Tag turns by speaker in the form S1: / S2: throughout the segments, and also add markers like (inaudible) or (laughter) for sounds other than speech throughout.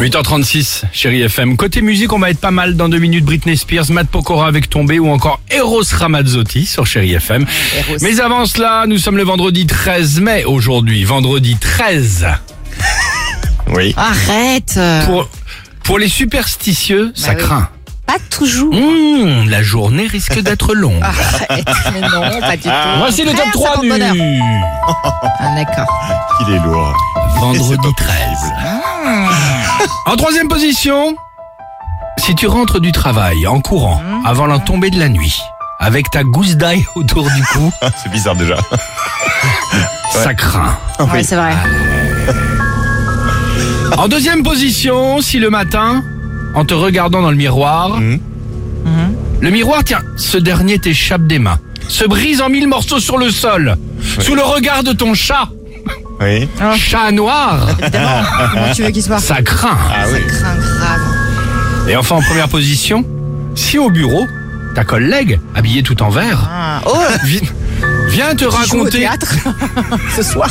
S1: 8h36, chérie FM. Côté musique, on va être pas mal dans deux minutes. Britney Spears, Matt Pokora avec Tombé ou encore Eros Ramazzotti sur chérie FM. Mais avant cela, nous sommes le vendredi 13 mai aujourd'hui. Vendredi 13.
S2: Ah.
S1: Oui.
S2: Arrête
S1: Pour, pour les superstitieux, ça
S2: Bah oui.
S1: craint.
S2: Pas toujours
S1: Hum, la journée risque d'être longue.
S2: Arrête Mais Non, pas du tout.
S1: Voici le
S2: Frère,
S1: top
S2: ça
S1: 3
S2: porte
S1: du...
S2: bonheur. Ah, D'accord.
S3: Il est lourd.
S1: Vendredi 13. En troisième position, si tu rentres du travail en courant
S2: Mmh.
S1: avant la tombée de la nuit, avec ta gousse d'ail autour du
S2: (laughs)
S1: cou,
S3: (laughs) C'est bizarre déjà.
S1: ça craint.
S2: Ouais, c'est vrai.
S1: En deuxième position, si le matin, en te regardant dans le miroir,
S2: Mmh.
S1: le miroir, tiens, ce dernier t'échappe des mains, se brise en mille morceaux sur le sol, sous le regard de ton chat,
S3: Oui.
S2: Mmh.
S1: chat
S2: (laughs)
S1: noir,
S2: Comment tu veux qu'il soit
S1: ça craint.
S3: Ah oui.
S2: Crains grave.
S1: Et enfin, en première position, si au bureau, ta collègue, habillée tout en vert,
S2: Ah,
S1: (laughs)
S2: Oh,
S1: vi- vient te
S2: tu joues au
S1: raconter,
S2: théâtre ce soir.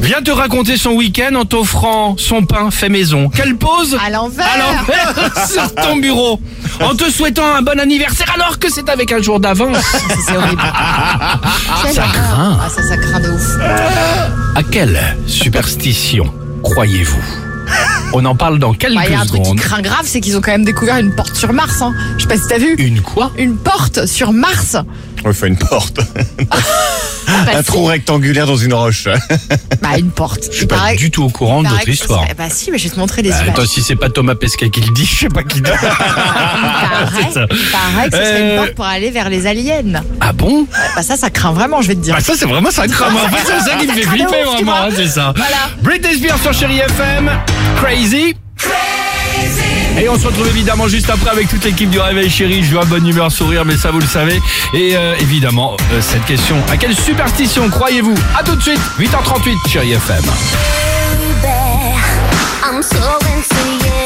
S1: vient te raconter son week-end en t'offrant son pain fait maison. Quelle pause
S2: À l'envers.
S1: à l'envers (laughs) sur ton bureau, en te souhaitant un bon anniversaire alors que c'est avec un jour d'avance.
S2: Ça, C'est horrible.
S1: Ah, ça craint.
S2: Ah, ça, ça craint de ouf.
S1: (laughs) À quelle superstition croyez-vous On en parle dans quelques
S2: Bah, Il y a un truc qui
S1: secondes.
S2: craint grave, c'est qu'ils ont quand même découvert une porte sur Mars. hein. Je sais pas si t'as vu.
S1: Une quoi
S2: Une porte sur Mars.
S3: On fait une porte.
S1: Ah,
S2: Bah,
S3: Un
S2: si.
S3: trou rectangulaire dans une roche.
S2: Bah, une porte.
S1: Je suis pas du tout au courant de votre histoire.
S2: Bah, si, mais je vais te montrer les
S1: Bah,
S2: images.
S1: attends, si c'est pas Thomas Pesquet qui le dit, je sais pas
S2: (laughs)
S1: qui dit.
S2: Pareil,
S1: C'est ça.
S2: pareil que ce serait
S1: Euh,
S2: une porte pour aller vers les aliens.
S1: Ah bon
S2: Bah ça, ça craint vraiment, je vais te dire.
S1: Bah ça c'est vraiment ça crame. En fait, c'est ça qui me
S2: (laughs)
S1: fait
S2: Ça crame de
S1: flipper
S2: ouf, tu
S1: vraiment,
S2: vois.
S1: hein, c'est ça.
S2: Voilà.
S1: Britney Spears sur Chéri FM, Crazy. Et on se retrouve évidemment juste après avec toute l'équipe du Réveil Chéri. Je vois bonne humeur, sourire, mais ça vous le savez. Et euh, évidemment, euh, cette question, à quelle superstition croyez-vous À tout de suite, 8h38, Chéri FM.
S4: baby. I'm so into you.